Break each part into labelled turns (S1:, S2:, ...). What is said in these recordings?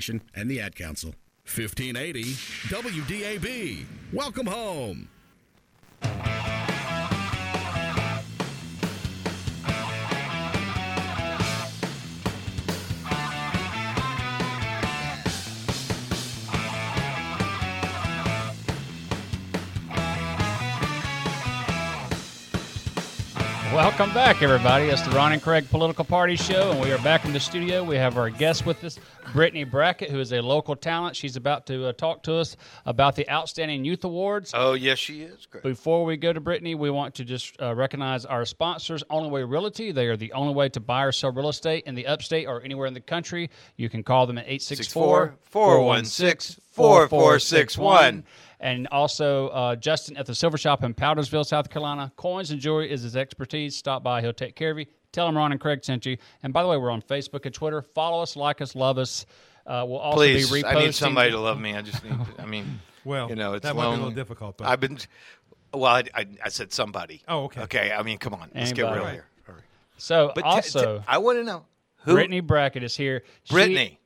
S1: Commission and the Ad Council.
S2: 1580 WDAB. Welcome home.
S3: Welcome back, everybody. It's the Ron and Craig Political Party Show, and we are back in the studio. We have our guest with us, Brittany Brackett, who is a local talent. She's about to uh, talk to us about the Outstanding Youth Awards.
S4: Oh, yes, she is. Craig.
S3: Before we go to Brittany, we want to just uh, recognize our sponsors, Only Way Realty. They are the only way to buy or sell real estate in the upstate or anywhere in the country. You can call them at 864
S4: 416 4461.
S3: And also, uh, Justin at the Silver Shop in Powdersville, South Carolina. Coins and jewelry is his expertise. Stop by, he'll take care of you. Tell him Ron and Craig sent you. And by the way, we're on Facebook and Twitter. Follow us, like us, love us. Uh, we'll also
S4: Please,
S3: be reposting.
S4: I need somebody to love me. I just need. To, I mean,
S5: Well,
S4: you know, it's
S5: that might be a
S4: lonely.
S5: little difficult, but-
S4: I've been. Well, I, I, I said somebody.
S5: Oh, okay.
S4: Okay. I mean, come on. Let's get
S3: Anybody.
S4: real here. All right.
S3: So
S4: But t-
S3: also,
S4: t- I want to know who
S3: Brittany Brackett is here. She-
S4: Brittany.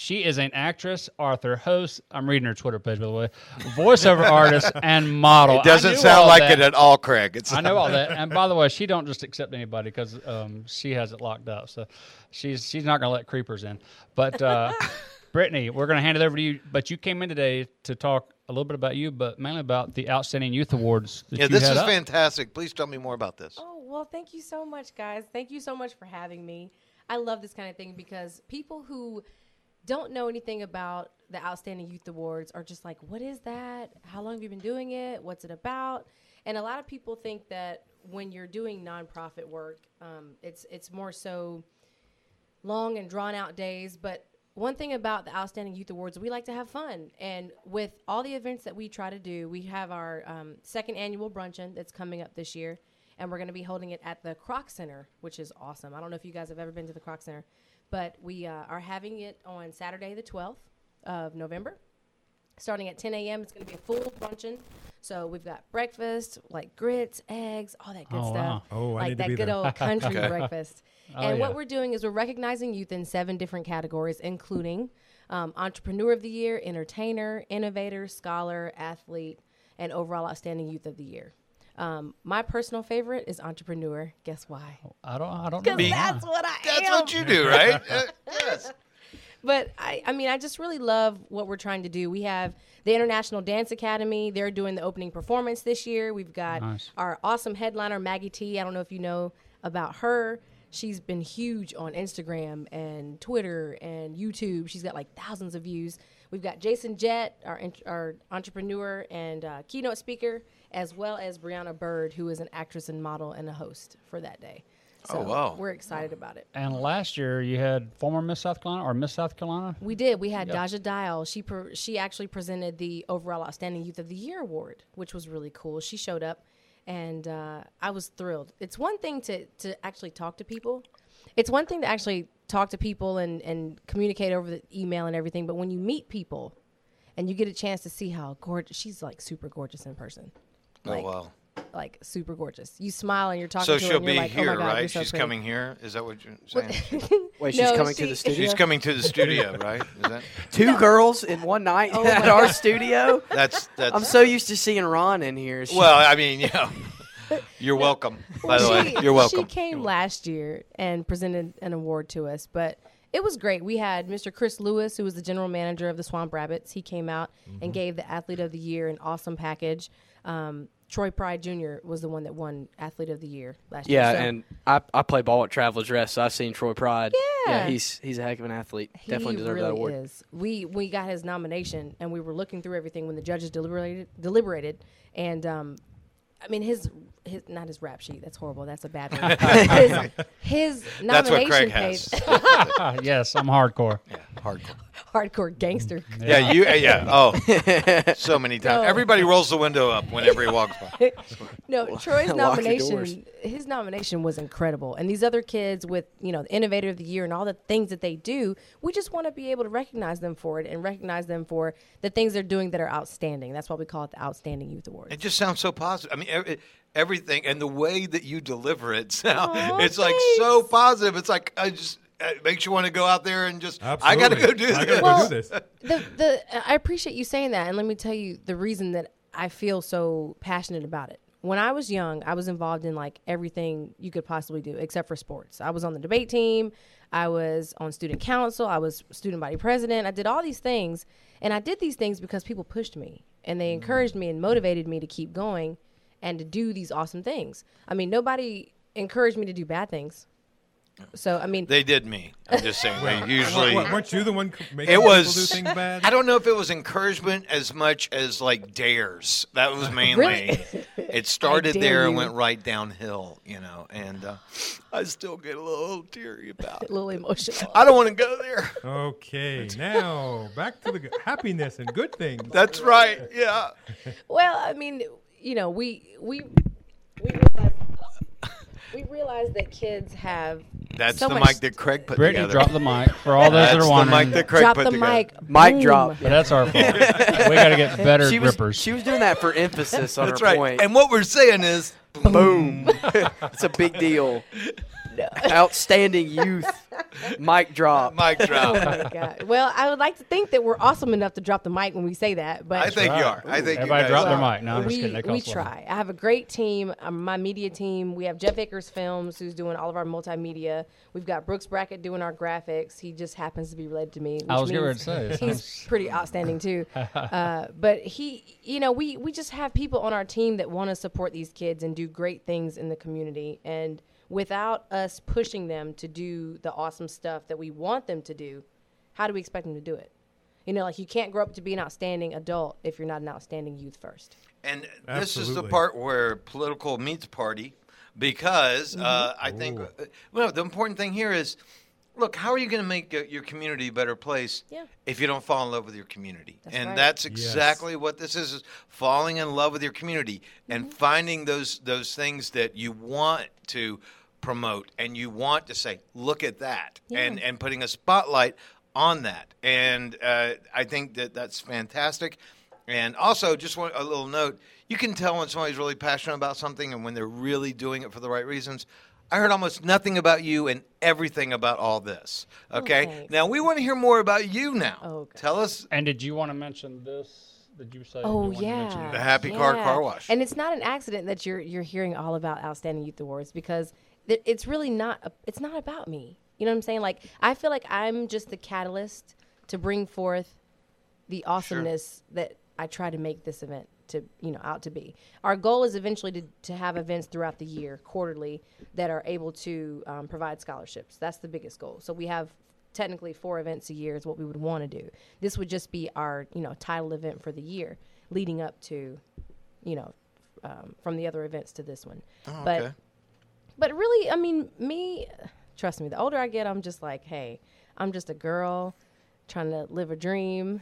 S3: She is an actress, author, host. I'm reading her Twitter page, by the way. Voiceover artist and model.
S4: It doesn't
S3: I knew
S4: sound
S3: all
S4: like
S3: that.
S4: it at all, Craig. It's
S3: I know all that. And by the way, she don't just accept anybody because um, she has it locked up. So she's she's not going to let creepers in. But uh, Brittany, we're going to hand it over to you. But you came in today to talk a little bit about you, but mainly about the Outstanding Youth Awards. That
S4: Yeah,
S3: you
S4: this
S3: had
S4: is
S3: up.
S4: fantastic. Please tell me more about this.
S6: Oh, well, thank you so much, guys. Thank you so much for having me. I love this kind of thing because people who don't know anything about the Outstanding Youth Awards are just like, what is that? How long have you been doing it? What's it about? And a lot of people think that when you're doing nonprofit work, um, it's it's more so long and drawn out days. But one thing about the Outstanding Youth Awards, we like to have fun. And with all the events that we try to do, we have our um, second annual bruncheon that's coming up this year. And we're going to be holding it at the Croc Center, which is awesome. I don't know if you guys have ever been to the Croc Center, but we uh, are having it on Saturday, the 12th of November starting at 10 a.m. It's going to be a full bruncheon. So we've got breakfast, like grits, eggs, all that good
S3: Oh, wow.
S6: stuff.
S5: Oh, I
S6: like
S5: need to
S6: that
S5: be
S6: good
S5: there.
S6: old country breakfast. and
S3: yeah.
S6: what we're doing is we're recognizing youth in seven different categories, including um, entrepreneur of the year, entertainer, innovator, scholar, athlete, and overall outstanding youth of the year. Um, my personal favorite is entrepreneur. Guess why?
S3: I don't. I don't know.
S6: Because that's what I
S4: That's
S6: am.
S4: what you do, right? Uh, yes.
S6: But I, I mean, I just really love what we're trying to do. We have the International Dance Academy. They're doing the opening performance this year. We've got
S3: Nice.
S6: our awesome headliner, Maggie T. I don't know if you know about her. She's been huge on Instagram and Twitter and YouTube. She's got like thousands of views. We've got Jason Jett, our, ent- our entrepreneur and uh, keynote speaker, as well as Brianna Bird, who is an actress and model and a host for that day. So
S4: Oh, wow.
S6: We're excited about it.
S3: And last year you had former Miss South Carolina or Miss South Carolina.
S6: We did. We had Daja Dial. She per, she actually presented the overall outstanding youth of the year award, which was really cool. She showed up, and uh, I was thrilled. It's one thing to to actually talk to people. It's one thing to actually talk to people and and communicate over the email and everything. But when you meet people, and you get a chance to see how gorgeous she's like, super gorgeous in person.
S4: oh
S6: Like,
S4: wow.
S6: Like super gorgeous. You smile and you're talking
S4: So
S6: to her.
S4: she'll
S6: and you're
S4: be
S6: like,
S4: here,
S6: oh my God,
S4: right?
S6: You're so
S4: She's
S6: pretty."
S4: coming here. Is that what you're saying?
S7: Wait, she's
S6: No,
S7: coming to
S6: she-
S7: the studio.
S4: She's coming to the studio, right? Is that?
S7: Two girls in one night
S6: Oh
S7: at
S6: my
S7: our
S6: God.
S7: studio.
S4: That's that's.
S7: I'm so used to seeing Ron in here. She-
S4: well, I mean, you know, you're welcome. By the way,
S6: she,
S4: you're welcome.
S6: She came last year and presented an award to us, but it was great. We had Mr. Chris Lewis, who was the general manager of the Swamp Rabbits. He came out
S4: Mm-hmm.
S6: and gave the Athlete of the Year an awesome package. Um, Troy Pride Jr. was the one that won Athlete of the Year last
S7: yeah,
S6: year. So
S7: and I, I play ball at Travelers Rest, so I've seen Troy Pride.
S6: Yeah.
S7: he's he's a heck of an athlete.
S6: he
S7: Definitely deserved
S6: really
S7: that award.
S6: Is. We we got his nomination, and we were looking through everything when the judges deliberated. Deliberated, and um, I mean his his not his rap sheet. That's horrible. That's a bad one. his, his nomination
S4: That's what Craig
S6: page.
S4: has.
S3: Ah, yes, I'm hardcore.
S4: yeah, hardcore.
S6: hardcore gangster.
S4: Yeah, you. uh, Yeah. Oh, so many times. Everybody
S6: Oh.
S4: rolls the window up whenever he walks by.
S6: No, Troy's
S7: your doors.
S6: nomination, his nomination was incredible. And these other kids with, you know, the innovator of the year and all the things that they do, we just want to be able to recognize them for it and recognize them for the things they're doing that are outstanding. That's why we call it the Outstanding Youth Awards.
S4: It just sounds so positive. I mean, every, everything and the way that you deliver it sound.
S6: Aw,
S4: it's like so
S6: thanks.
S4: positive. It's like I just it makes you want to go out there and just.
S1: Absolutely.
S4: I got to go do this.
S1: I gotta
S6: Well,
S1: go do this.
S6: the the I appreciate you saying that, and let me tell you the reason that I feel so passionate about it. When I was young, I was involved in like everything you could possibly do except for sports. I was on the debate team, I was on student council, I was student body president. I did all these things, and I did these things because people pushed me and
S1: Mm-hmm.
S6: they encouraged me and motivated me to keep going and to do these awesome things. I mean, nobody encouraged me to do bad things. So, I mean,
S4: They did me. I'm just saying. they usually.
S1: What, weren't you the one c- making
S4: It was.
S1: people do things bad?
S4: I don't know if it was encouragement as much as like dares. That was mainly. It started
S6: dare
S4: there and
S6: you.
S4: went right downhill, you know. And uh, I still get a little teary about
S6: a
S4: it.
S6: little emotional.
S4: I don't want to go there.
S1: Okay, now back to the g- happiness and good things.
S4: That's right. Yeah.
S6: Well, I mean, you know, we we we realize, we realize that kids have
S4: That's
S6: so
S4: the
S6: much
S4: mic that Craig put
S3: Brittany,
S4: together.
S3: drop the mic for all those
S4: That's
S3: that are
S4: the
S3: wondering.
S4: mic that Craig
S6: drop
S4: put
S6: the
S4: together.
S6: mic.
S7: Mic
S6: Boom.
S7: drop.
S3: but that's our fault. we got to get better
S7: She was,
S3: grippers.
S7: she was doing that for emphasis on
S4: That's
S7: her
S4: right.
S7: point.
S4: And what we're saying is,
S7: boom. it's a big deal. Outstanding youth. Mic drop.
S4: mic
S6: Oh
S4: drop.
S6: my God. Well, I would like to think that we're awesome enough to drop the mic when we say that, but
S4: I think you are. I
S3: Everybody
S4: think you guys
S3: drop
S4: are.
S3: their mic. No, I'm just
S6: we,
S3: kidding. That
S6: we
S3: costs a lot.
S6: try. I have a great team. Um, my media team. We have Jeff Akers Films, who's doing all of our multimedia. We've got Brooks Brackett doing our graphics. He just happens to be related to me. Which
S3: I was getting ready to
S6: means
S3: say. it
S6: he's
S3: sounds-
S6: pretty outstanding too. Uh, but he, you know, we we just have people on our team that want to support these kids and do great things in the community, and without us pushing them to do the awesome stuff that we want them to do, how do we expect them to do it? You know, like you can't grow up to be an outstanding adult if you're not an outstanding youth first.
S4: And this is the
S1: Absolutely.
S4: part where political meets party, because
S1: Mm-hmm.
S4: uh, I think uh, well, the important thing here is, look, how are you going to make uh, your community a better place
S6: Yeah.
S4: if you don't fall in love with your community? and
S6: right.
S4: that's
S1: Yes.
S4: exactly what this is: is falling in love with your community and finding those those things that you want to promote and you want to say, look at that, and and putting a spotlight on that. And uh, I think that that's fantastic. And also, just one, a little note: you can tell when somebody's really passionate about something and when they're really doing it for the right reasons. I heard almost nothing about you and everything about all this. Okay,
S6: thanks.
S4: now we want to hear more about you. Now,
S6: Oh, God.
S4: tell us
S3: And did you want to mention this? Did you say?
S6: Oh
S3: you wanted to mention
S6: yeah,
S4: The Happy Car
S6: Yeah.
S4: Car Wash.
S6: And it's not an accident that you're you're hearing all about outstanding youth awards because th- it's really not a- it's not about me. You know what I'm saying? Like I feel like I'm just the catalyst to bring forth the awesomeness that I try to make this event to you know out to be. Our goal is eventually to, to have events throughout the year, quarterly, that are able to um, provide scholarships. That's the biggest goal. So we have technically four events a year is what we would want to do. This would just be our you know title event for the year, leading up to, you know, um, from the other events to this one. But
S4: Oh, okay.
S6: but really, I mean, me, trust me, the older I get, I'm just like, hey, I'm just a girl trying to live a dream.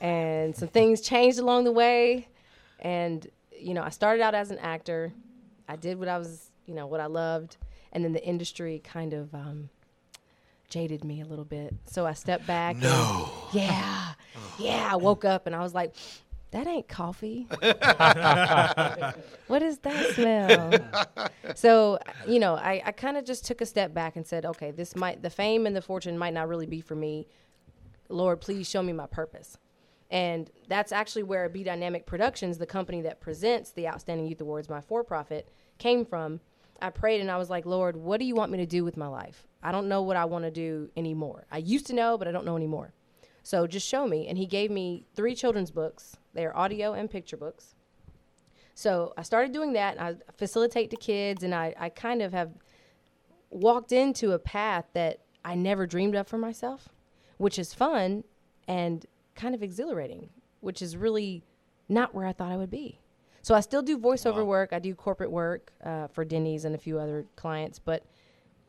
S6: And some things changed along the way. And, you know, I started out as an actor. I did what I was, you know, what I loved. And then the industry kind of um, jaded me a little bit. So I stepped back. No. yeah. Yeah. I woke up and I was like, that ain't coffee. what is that smell? so you know i, I kind of just took a step back and said okay this might the fame and the fortune might not really be for me lord please show me my purpose and that's actually where b dynamic productions the company that presents the outstanding youth awards my for-profit came from i prayed and i was like lord what do you want me to do with my life i don't know what i want to do anymore i used to know but i don't know anymore so just show me and he gave me three children's books they are audio and picture books so I started doing that. And I facilitate the kids, and I, I kind of have walked into a path that I never dreamed of for myself, which is fun and kind of exhilarating, which is really not where I thought I would be. So I still do voiceover work. I do corporate work uh, for Denny's and a few other clients. But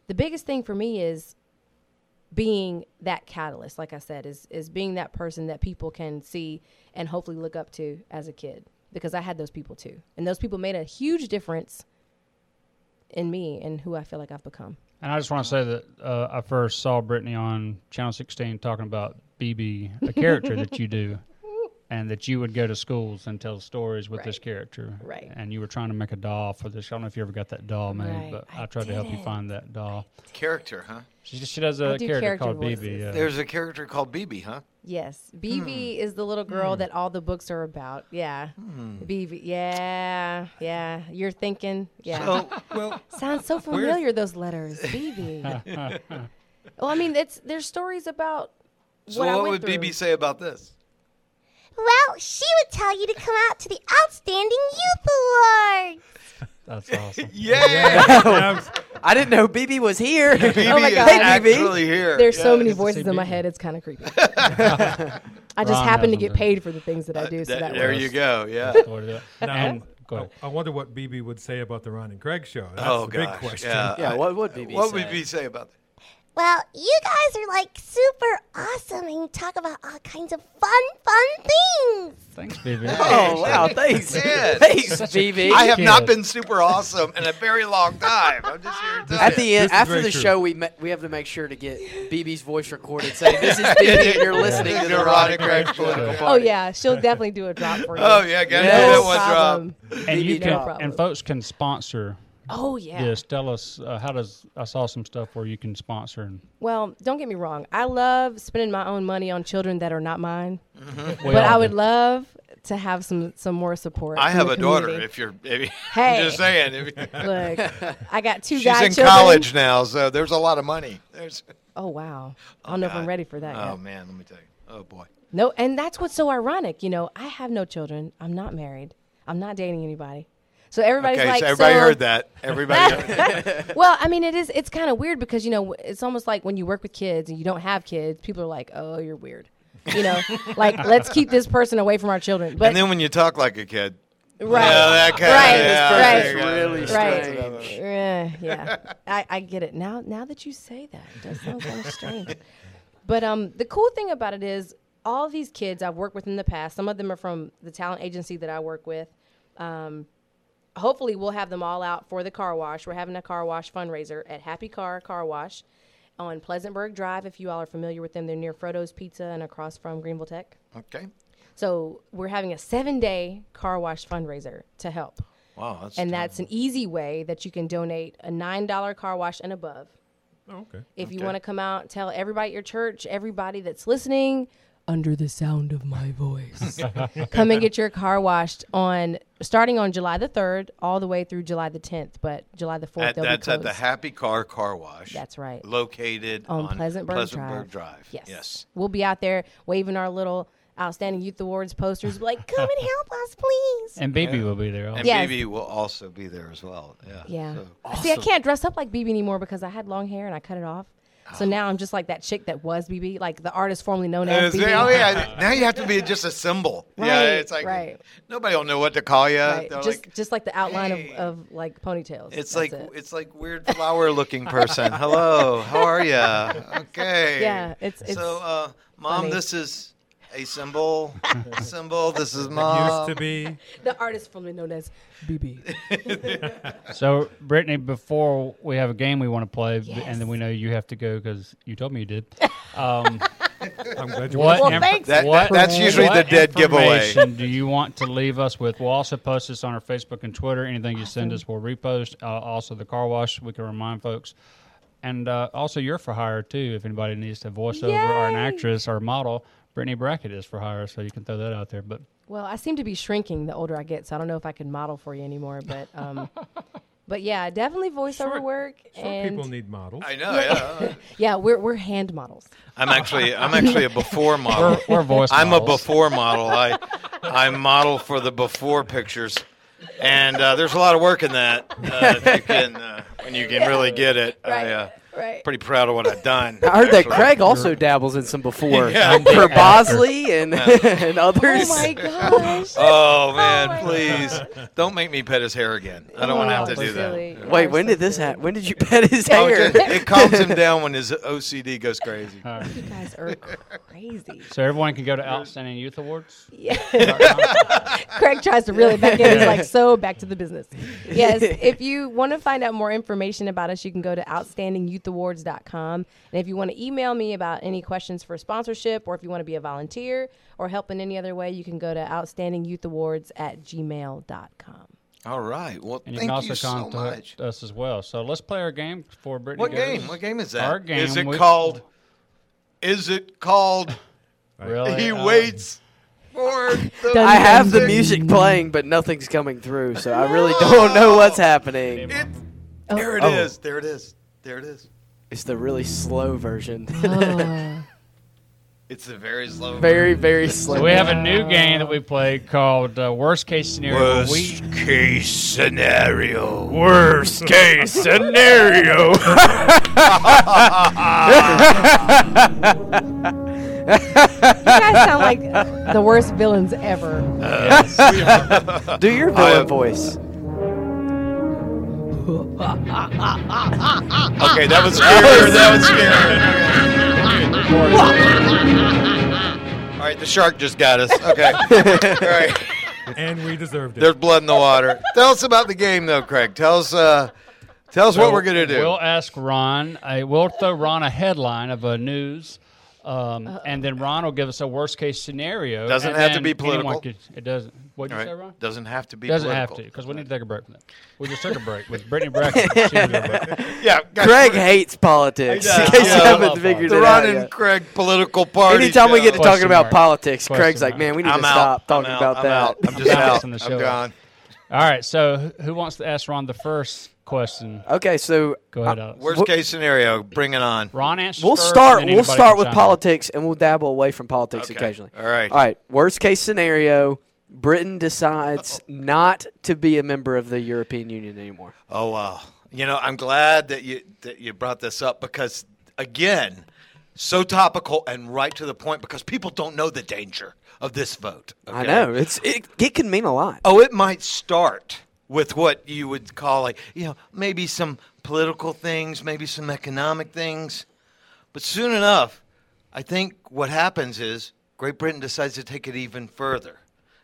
S6: the biggest thing for me is being that catalyst, like I said, is is being that person that people can see and hopefully look up to as a kid. Because I had those people too, and those people made a huge difference in me and who I feel like I've become.
S3: And I just want to say that uh, I first saw Brittany on Channel 16 talking about BB, a character that you do. and that you would go to schools and tell stories with this
S6: Right.
S3: character.
S6: Right.
S3: And you were trying to make a doll for this. I don't know if you ever got that doll made,
S6: Right.
S3: but I,
S6: I
S3: tried to help you
S6: didn't.
S3: find that doll.
S4: Character, huh?
S3: She she does a
S6: do
S3: character,
S6: character
S3: called uh, BB.
S6: voices.
S7: Uh-huh.
S3: Yeah.
S4: There's a character called BB, huh?
S6: Yes, BB
S4: Hmm.
S6: is the little girl that all the books are about. Yeah, BB. Yeah, yeah. You're thinking. Yeah,
S1: Oh, well,
S6: sounds so familiar. Those letters, BB. well, I mean, it's there's stories about
S4: So
S6: what,
S4: what,
S6: I went
S4: would
S6: through.
S4: BB say about this?
S5: Well, she would tell you to come out to the Outstanding Youth Award.
S3: That's awesome.
S4: Yeah,
S1: yeah,
S7: I didn't know BB was here.
S4: BB
S6: Oh my
S4: is
S6: God. Hey,
S7: BB.
S4: actually here.
S6: There's so many
S3: it's the
S6: voices
S3: same
S6: in my
S3: BB.
S6: head. It's kind of creepy. I
S3: Ron
S6: just
S3: has them,
S6: happen to get
S3: doesn't he?
S6: he? paid for the things that I do, so
S4: That-
S6: that
S4: Uh, there
S6: works.
S4: you go. Yeah.
S3: Go to that.
S1: now,
S3: And- go
S1: I,
S3: ahead.
S1: I wonder what BB would say about the Ron and Craig show. That's
S4: oh
S1: the big
S4: gosh.
S1: question.
S4: Yeah.
S7: yeah, what would BB
S4: What
S7: say?
S4: would BB say about that?
S5: Well, you guys are like super awesome and you talk about all kinds of fun, fun things.
S3: Thanks, BB.
S7: Oh wow, thanks,
S4: Yes.
S7: thanks, BB.
S4: I have not
S3: kid.
S4: been super awesome in a very long time. I'm just here to tell
S7: At
S4: you.
S7: the end,
S1: This is
S7: after
S1: very
S7: the
S1: true.
S7: show, we ma- we have to make sure to get BB's voice recorded. Saying this is BB, and you're listening to the Erotic Craig Political
S6: Oh
S7: Party.
S6: yeah, she'll definitely do a drop for you.
S4: Oh yeah, gotta
S7: Yes.
S4: do
S6: No
S4: that one drop.
S6: problem.
S3: and you
S7: BB
S3: can,
S7: drop.
S3: and folks can sponsor
S6: Oh yeah.
S3: this. Tell us uh, how does I saw some stuff where you can sponsor and
S6: Well, don't get me wrong. I love spending my own money on children that are not mine,
S3: We
S6: but
S3: all
S6: I would
S3: do.
S6: love to have some some more support.
S4: I
S6: from
S4: have
S6: the
S4: a daughter.
S6: community.
S4: If you're, if,
S6: Hey.
S4: I'm just saying. If,
S6: Look, I got two
S4: she's
S6: guy
S4: in
S6: children.
S4: college now, so there's a lot of money. There's.
S6: Oh wow. I don't know if I'm
S4: God.
S6: ready for that.
S4: Oh
S6: yet.
S4: man, let me tell you. Oh boy.
S6: No, and that's what's so ironic. You know, I have no children. I'm not married. I'm not dating anybody. So everybody's
S4: Okay,
S6: like,
S4: so everybody
S6: so-
S4: heard that. Everybody. heard that.
S6: well, I mean, it is. It's kind of weird because you know, it's almost like when you work with kids and you don't have kids, people are like, "Oh, you're weird." You know, like let's keep this person away from our children. But
S4: And then when you talk like a kid,
S6: right,
S4: Yeah, that kind
S6: Right,
S4: of, yeah,
S6: right,
S4: there you go.
S7: really
S6: right,
S7: strange.
S6: Eh, yeah. I, I get it now. Now that you say that, it does sound kind of strange. But um, the cool thing about it is, all these kids I've worked with in the past. Some of them are from the talent agency that I work with. Um, hopefully, we'll have them all out for the car wash. We're having a car wash fundraiser at Happy Car Car Wash on Pleasantburg Drive. If you all are familiar with them, they're near Frodo's Pizza and across from Greenville Tech.
S4: Okay.
S6: So we're having a seven-day car wash fundraiser to help
S4: Wow, that's
S6: and that's an easy way that you can donate a nine dollar car wash and above.
S1: Oh, okay.
S6: If you want to come out, tell everybody at your church, everybody that's listening, under the sound of my voice, come and get your car washed on starting on July the third, all the way through July the tenth. But July the fourth,
S4: at,
S6: they'll
S4: that's
S6: be
S4: at
S6: closed.
S4: the Happy Car Car Wash.
S6: That's right.
S4: Located
S6: on Pleasantburg,
S4: Pleasantburg
S6: Drive.
S4: Drive.
S6: Yes.
S4: Yes.
S6: We'll be out there waving our little outstanding youth awards posters, be like,
S5: Come and help us, please.
S3: and BB will be there.
S4: And
S6: Yes.
S4: BB will also be there as well. Yeah.
S6: Yeah.
S4: So-
S6: See, I can't dress up like BB anymore because I had long hair and I cut it off. So
S4: Ah.
S6: now I'm just like that chick that was BB, like the artist formerly known
S4: Uh,
S6: as
S4: see,
S6: BB.
S4: oh yeah! Now you have to be just a symbol. yeah,
S6: Right,
S4: it's like
S6: right.
S4: nobody will know what to call you.
S6: Right.
S4: They're
S6: Just,
S4: like,
S6: just like the outline
S4: "Hey."
S6: of, of like ponytails.
S4: It's
S6: That's
S4: like
S6: it.
S4: it's like weird flower looking person. Hello, how are you? Okay.
S6: Yeah, it's- it's
S4: so, uh, mom,
S6: funny.
S4: this is a symbol. symbol. This is
S1: Used
S4: mom.
S1: to be.
S6: the artist formerly known as BB.
S3: So, Brittany, before we have a game we want to play, b- and then
S6: Yes.
S3: we know you have to go because you told me you did. Um,
S1: I'm glad you
S3: what
S1: watched.
S3: inf-
S5: thanks.
S4: That-
S3: what-
S4: that- that's usually
S3: what
S4: the dead giveaway.
S3: information do you want to leave us with? We'll also post this on our Facebook and Twitter. Anything you send us, we'll repost. Uh, also, the car wash, we can remind folks. And uh, also, you're for hire, too, if anybody needs to voiceover or an
S6: Yay!
S3: actress or a model. Brittany Brackett is for hire, so you can throw that out there. But
S6: Well, I seem to be shrinking the older I get, so I don't know if I can model for you anymore. But um, but yeah, definitely voiceover
S1: Short-
S6: work.
S1: Short
S6: and
S1: people need models.
S4: I know. Yeah.
S6: yeah, we're we're hand models.
S4: I'm actually I'm actually a before model.
S3: we're, we're voice
S4: I'm a
S3: models.
S4: before model. I I model for the before pictures, and uh, there's a lot of work in that. Uh, if you can uh, when you can really get it. I, uh,
S6: right.
S4: Pretty proud of what I've done.
S7: I heard that
S4: actually.
S7: Craig also dabbles in some before
S4: Yeah.
S7: for Bosley and and
S6: Oh
S7: others.
S6: my gosh.
S4: Oh man,
S6: my Oh,
S4: please don't make me pet his hair again. I don't want to have to do that.
S7: Wait, when did this happen? When did you pet his hair?
S4: Oh, just- it calms him down when his OCD goes crazy.
S6: You guys are crazy.
S3: So, everyone can go to Outstanding Youth Awards.
S6: Craig tries to reel it back in. He's like, so back to the business. Yes, if you want to find out more information about us, you can go to outstandingyouthaward.org youthawards.com. And if you want to email me about any questions for sponsorship or if you want to be a volunteer or help in any other way, you can go to outstandingyouthawards at gmail.com.
S4: All right. Well,
S3: And you
S4: thank
S3: can
S4: you,
S3: also
S4: so much.
S3: contact us as well. So let's play our game for Brittany.
S4: What
S3: goes.
S4: game? What game is that?
S3: Our game.
S4: Is it
S3: we-
S4: called? Is it called?
S3: Really?
S4: he
S3: Uh,
S4: waits for. The
S6: Dun,
S7: I have the
S4: music.
S7: music playing, but nothing's coming through, so I really don't know what's happening.
S4: It, there it is. There it is. There it is.
S7: It's the really slow version. Oh.
S4: It's a very slow.
S7: very, very slow.
S3: So we have a new game that we play called uh, Worst Case Scenario. We,
S4: case scenario.
S7: worst case scenario.
S6: You guys sound like the worst villains ever.
S7: Do your villain voice.
S4: Okay, that was scary. that was scary. All right, the shark just got us. Okay. All right.
S1: and we deserved it.
S4: There's blood in the water. Tell us about the game, though, Craig. Tell us. Uh, tell us what we're gonna do.
S3: We'll ask Ron. I will throw Ron a headline of a news, um, and then Ron will give us a worst case scenario.
S4: Doesn't
S3: and
S4: have to
S3: then
S4: be
S3: anyone
S4: political.
S3: Could, it doesn't. What did
S4: All
S3: you
S4: right.
S3: say, Ron?
S4: Doesn't have to be.
S3: Doesn't
S4: political.
S3: have to because we need to take a break from that. We just took a break with Brittany Bracken. She was a break.
S4: Yeah, guys,
S7: Craig hates politics.
S4: He
S7: In
S4: does.
S7: case
S4: Yeah.
S7: you haven't
S3: Love
S7: figured
S4: the
S7: it
S4: Ron
S7: out
S4: and
S7: yet.
S4: Craig political party.
S7: Anytime we
S4: show.
S7: get to talking
S3: Question
S7: about
S3: mark.
S7: politics, Craig's
S3: Question
S7: like, "Man, we need
S4: I'm
S7: to
S4: out.
S7: stop
S4: I'm
S7: talking
S4: out.
S7: about
S4: I'm
S7: that."
S4: out. I'm just
S3: I'm
S4: out.
S3: passing the
S4: I'm
S3: show
S4: gone.
S3: All right. So who- who wants to ask Ron the first question?
S7: Okay, so
S3: Go ahead, Alex.
S4: Worst case scenario, bring it on.
S3: Ron answers.
S7: we'll
S3: first, and
S7: start.
S3: then
S7: We'll
S3: anybody can
S7: start with
S3: chime in.
S7: politics, and we'll dabble away from politics
S4: Okay.
S7: occasionally.
S4: All right.
S7: All right. Worst case scenario: Britain decides not to be a member of the European Union anymore.
S4: Oh wow! You know, I'm glad that you that you brought this up because again, so topical and right to the point because people don't know the danger of this vote.
S7: I
S4: okay?
S7: know it's it, it can mean a lot.
S4: Oh, it might start with what you would call like you know maybe some political things, maybe some economic things, but soon enough, I think what happens is Great Britain decides to take it even further.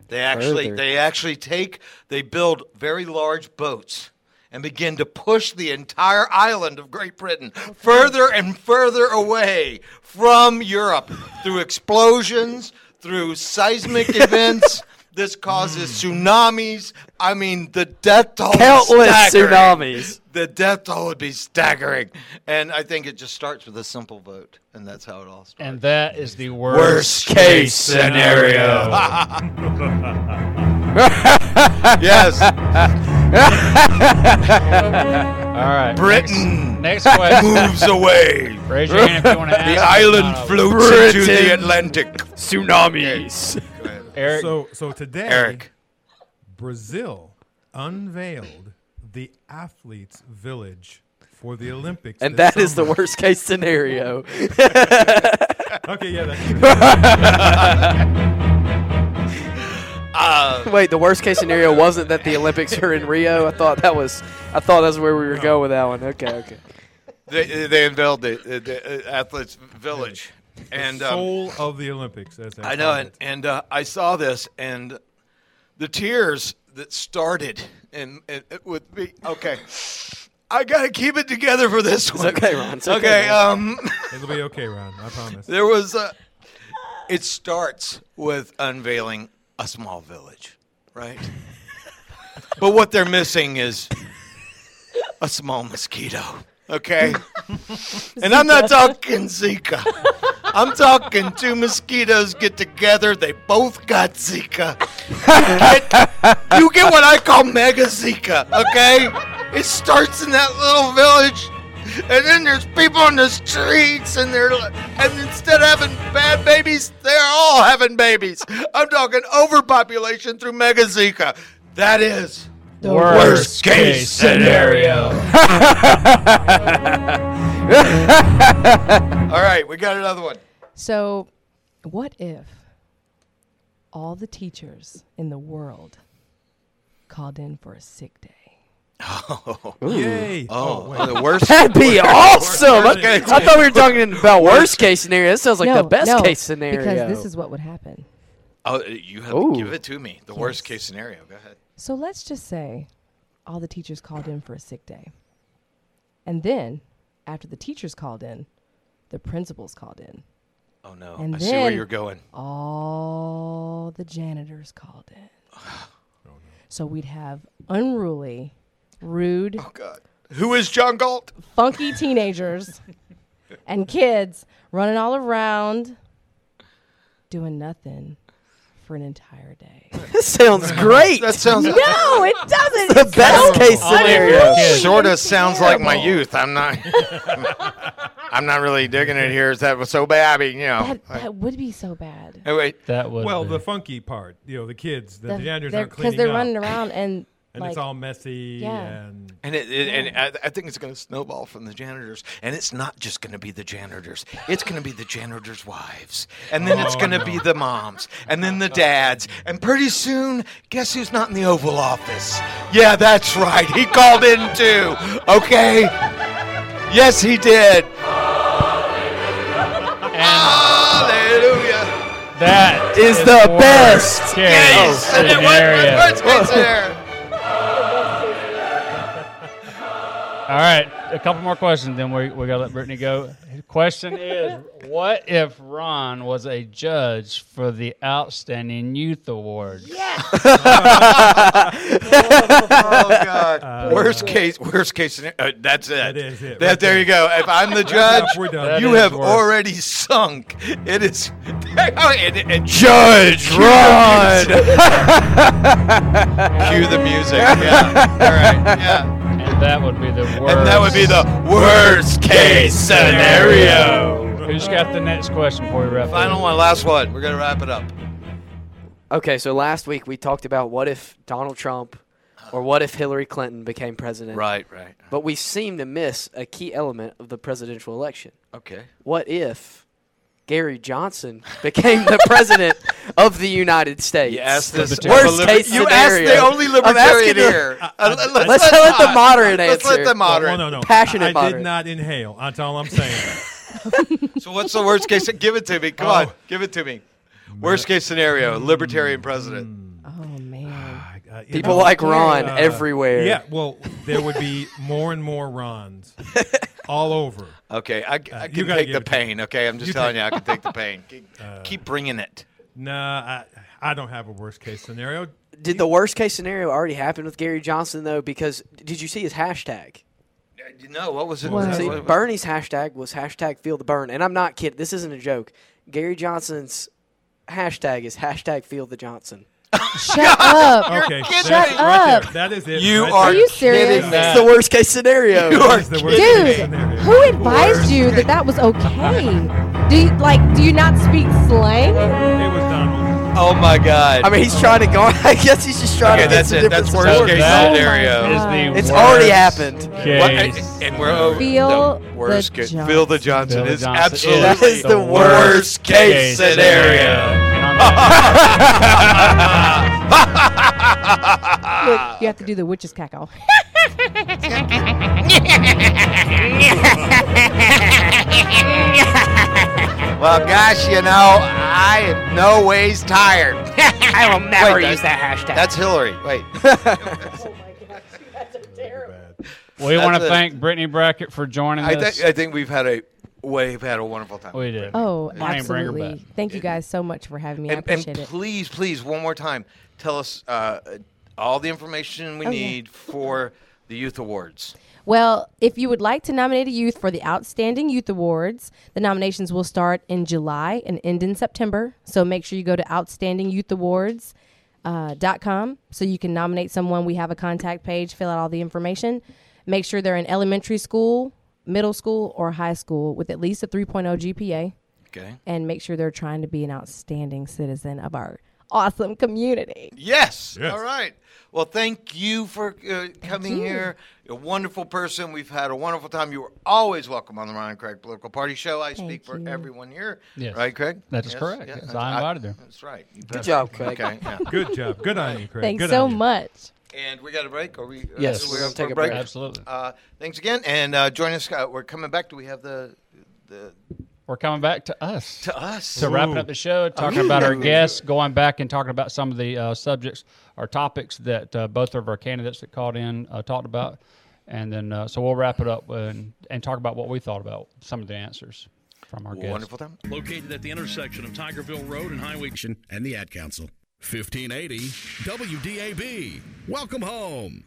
S4: They actually
S7: Further.
S4: they actually take they build very large boats and begin to push the entire island of Great Britain further and further away from Europe through explosions, through seismic events. This causes tsunamis. I mean, the death toll. is
S7: Hmm. Countless
S4: staggering.
S7: tsunamis.
S4: The death toll would be staggering, and I think it just starts with a simple vote, and that's how it all starts.
S3: And that is the worst,
S4: Worst case scenario. yes,
S3: All right.
S4: Britain
S3: Next question.
S4: moves away.
S3: Raise your hand if you want to ask.
S4: The island
S3: Uh,
S4: floats into the Atlantic.
S7: Tsunamis.
S3: Oh, Eric.
S1: so so today,
S4: Eric.
S1: Brazil unveiled the athletes' village for the Olympics,
S7: And
S1: this
S7: that is the
S1: summer.
S7: worst case scenario.
S1: Okay, yeah, that's
S7: Wait, the worst case scenario wasn't that the Olympics are in Rio. I thought that was, I thought that's where we were going with that one. Okay, okay.
S4: They, they unveiled the, the, the uh, athletes' village, and um,
S1: soul of the Olympics. That's
S4: I know, and, and uh, I saw this, and the tears that started and, and with me. Okay, I gotta keep it together for this one.
S7: okay, Ron. It's okay,
S4: okay,
S7: Ron.
S4: um,
S1: it'll be okay, Ron. I promise.
S4: there was a. It starts with unveiling a small village, right? but what they're missing is a small mosquito. Okay, and I'm not talking Zika. I'm talking two mosquitoes get together. They both got Zika. You get, you get what I call mega Zika, okay? It starts in that little village, and then there's people on the streets, and they're li- and instead of having bad babies, they're all having babies. I'm talking overpopulation through mega Zika. That is worst case scenario. all right. We got another one.
S6: So, what if all the teachers in the world called in for a sick day?
S1: Yay!
S4: Oh,
S1: wait.
S4: the worst.
S7: That'd be awesome.
S1: worst
S7: Okay.
S1: case
S7: I thought we were talking about worst case scenario. This sounds like the best
S6: no,
S7: case scenario.
S6: Because this is what would happen.
S4: Oh, you have
S7: Ooh.
S4: to give it to me. The worst case scenario. Go ahead.
S6: So, let's just say all the teachers called in for a sick day. And then after the teachers called in, the principals called in,
S4: Oh no,
S6: And
S4: I see where
S6: then-
S4: you're going.
S6: all the janitors called in. So we'd have unruly, rude,
S4: Oh, God, who is John Galt?
S6: funky teenagers and kids running all around doing nothing for an entire day.
S7: This sounds great.
S4: That sounds
S6: No, it doesn't.
S7: the best case
S3: All they
S7: scenario.
S3: really
S4: It sort of sounds like my youth. I'm not. I'm not really digging it here. Is that so bad? Oh, I mean, you know.
S6: That, that would be so bad.
S4: Oh, wait.
S3: That was
S1: Well, the
S3: big.
S1: funky part, you know, the kids, the,
S6: The-
S1: the janitors
S6: they're-
S1: aren't cleaning
S6: they're
S1: up,
S6: running around and,
S1: and
S6: like,
S1: it's all messy.
S6: Yeah.
S1: and
S4: And it, it- and I, I think it's going to snowball from the janitors. And it's not just going to be the janitors. It's going to be the janitors' wives. And then it's
S1: Oh,
S4: going to
S1: no.
S4: be the moms. And then the dads. And pretty soon, guess who's not in the Oval Office? Yeah, that's right. He called in too. Okay. Yes, he did.
S3: and
S4: Hallelujah.
S3: that
S7: Is the
S3: worst
S1: Oh,
S7: best.
S3: case
S4: Yes. And it
S3: scenario.
S4: went- went- went there.
S3: All right, a couple more questions, then we we gotta let Brittany go. Question is, what if Ron was a judge for the Outstanding Youth Award?
S4: Oh God! worst case, worst case scenario. Uh, that's it.
S1: That is it,
S4: That,
S1: right
S4: there, you go. If I'm the judge,
S1: We're done.
S4: you
S3: That is
S4: have
S3: worse.
S4: already sunk. It is. Oh, and, and judge Ron. Cue the music. Yeah. All right. Yeah.
S3: And that would be the worst.
S4: And that would be the worst case scenario.
S3: Who's got the next question for you, Ref?
S4: Final one, last one. We're gonna wrap it up.
S7: Okay, so last week we talked about what if Donald Trump or what if Hillary Clinton became president.
S4: Right. Right.
S7: But we seem to miss a key element of the presidential election.
S4: Okay.
S7: What if Gary Johnson became the president of the United States?
S4: You asked this
S7: Libertarian. Worst case
S4: You asked the
S7: scenario.
S4: only
S7: I'm asking
S4: libertarian
S7: the-
S4: here. Uh, let's
S7: let's let the moderate
S4: Let's
S7: answer.
S4: let the moderate.
S1: Well, no, no.
S7: Passionate
S1: I, I
S7: moderate.
S1: did not inhale. That's all I'm saying.
S4: So what's the worst case? Give it to me. Come on, give it to me. Worst case scenario: libertarian president.
S6: Oh man.
S1: I- I- you
S7: People
S1: know,
S7: like Ron
S1: uh,
S7: everywhere.
S1: Yeah, well, there would be more and more Rons all over.
S4: Okay, I, I
S1: you
S4: can
S1: gotta
S4: take
S1: give
S4: the
S1: it to
S4: pain. Okay, I'm just telling you, I can take the pain. Keep, keep bringing it.
S1: Nah, I, I don't have a worst case scenario.
S7: Did the worst case scenario already happen with Gary Johnson though? Because did you see his hashtag?
S4: You know what was it?
S6: What?
S4: what-
S7: See,
S4: what-
S7: Bernie's hashtag was hashtag feel the burn, and I'm not kidding. This isn't a joke. Gary Johnson's hashtag is hashtag feel the Johnson.
S6: Shut up.
S1: Okay,
S4: kidding
S1: that's
S4: me.
S1: it right
S6: Shut
S1: there. That is it.
S4: You
S1: right
S4: are
S6: Are you serious?
S4: kidding me.
S7: It's the worst case scenario.
S1: There. That is the worst case
S6: Dude,
S1: scenario.
S6: who advised you that that was okay? Do you like do you not speak slang?
S1: It was Donald.
S4: Oh my God!
S7: I mean, he's trying to go. I guess he's just trying
S4: okay,
S7: to get
S4: that's
S7: some
S4: it.
S7: different
S4: That's worst
S7: support.
S4: case
S3: That
S4: scenario.
S3: is the
S7: It's
S3: worst
S7: already happened.
S3: Case.
S4: What- and- and we're over.
S6: Feel
S4: the worst
S6: the
S4: case. Phil the Johnson
S3: Bill
S4: is
S3: Johnson
S4: absolutely.
S7: That is the
S4: worst case scenario.
S3: And on that-
S6: Look, you have to do the witch's cackle.
S4: Well, gosh, you know, I am no ways tired. I will never use that hashtag. That's Hillary. Wait.
S3: we want to
S4: That's it.
S3: thank Brittany Brackett for joining
S4: I
S3: us.
S4: think uh, I think we've had a we've had a wonderful time.
S3: we did.
S6: Oh,
S3: ain't bring her back.
S6: absolutely. Thank you guys so much for having me. I
S4: and, and
S6: appreciate it.
S4: please, please, one more time, tell us uh, all the information we
S6: yeah.
S4: need for the Youth Awards.
S6: Well, if you would like to nominate a youth for the Outstanding Youth Awards, the nominations will start in July and end in September. So make sure you go to outstandingyouthawards.com so you can nominate someone. We have a contact page, fill out all the information. Make sure they're in elementary school, middle school, or high school with at least a 3.0 GPA.
S4: Okay.
S6: And make sure they're trying to be an outstanding citizen of our awesome community.
S4: Yes.
S1: Yes.
S4: All right. Well, thank you for uh, coming
S6: you.
S4: here. You're a wonderful person. We've had a wonderful time. You are always welcome on the Ryan and Craig Political Party Show. I speak
S6: Thank
S4: for
S6: you.
S4: everyone here.
S3: Yes.
S4: Right, Craig?
S3: That is correct. Yes, I invited her.
S4: That's right. You
S7: Good
S4: bet.
S7: job, Craig.
S4: Okay. yeah.
S1: Good job. Good on you, Craig.
S6: Thanks
S1: Good
S6: so
S1: on you.
S6: much.
S4: And we got a break. Are we?
S7: Yes,
S4: uh,
S7: we're gonna
S4: up
S7: take
S4: for
S7: a break.
S3: Absolutely.
S4: Uh, thanks again, and uh, join us. Uh, we're coming back. Do we have the the
S3: We're coming back to us.
S4: to us?
S3: So wrapping up the show, talking about our guests, going back and talking about some of the uh, subjects or topics that uh, both of our candidates that called in uh, talked about, And then, uh, so we'll wrap it up and, and talk about what we thought about some of the answers from our guests.
S4: Wonderful time.
S2: Located at the intersection of Tigerville Road and Highway and the Ad Council. 1580 WDAB. Welcome home.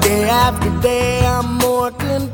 S8: Day after day, I'm more confused.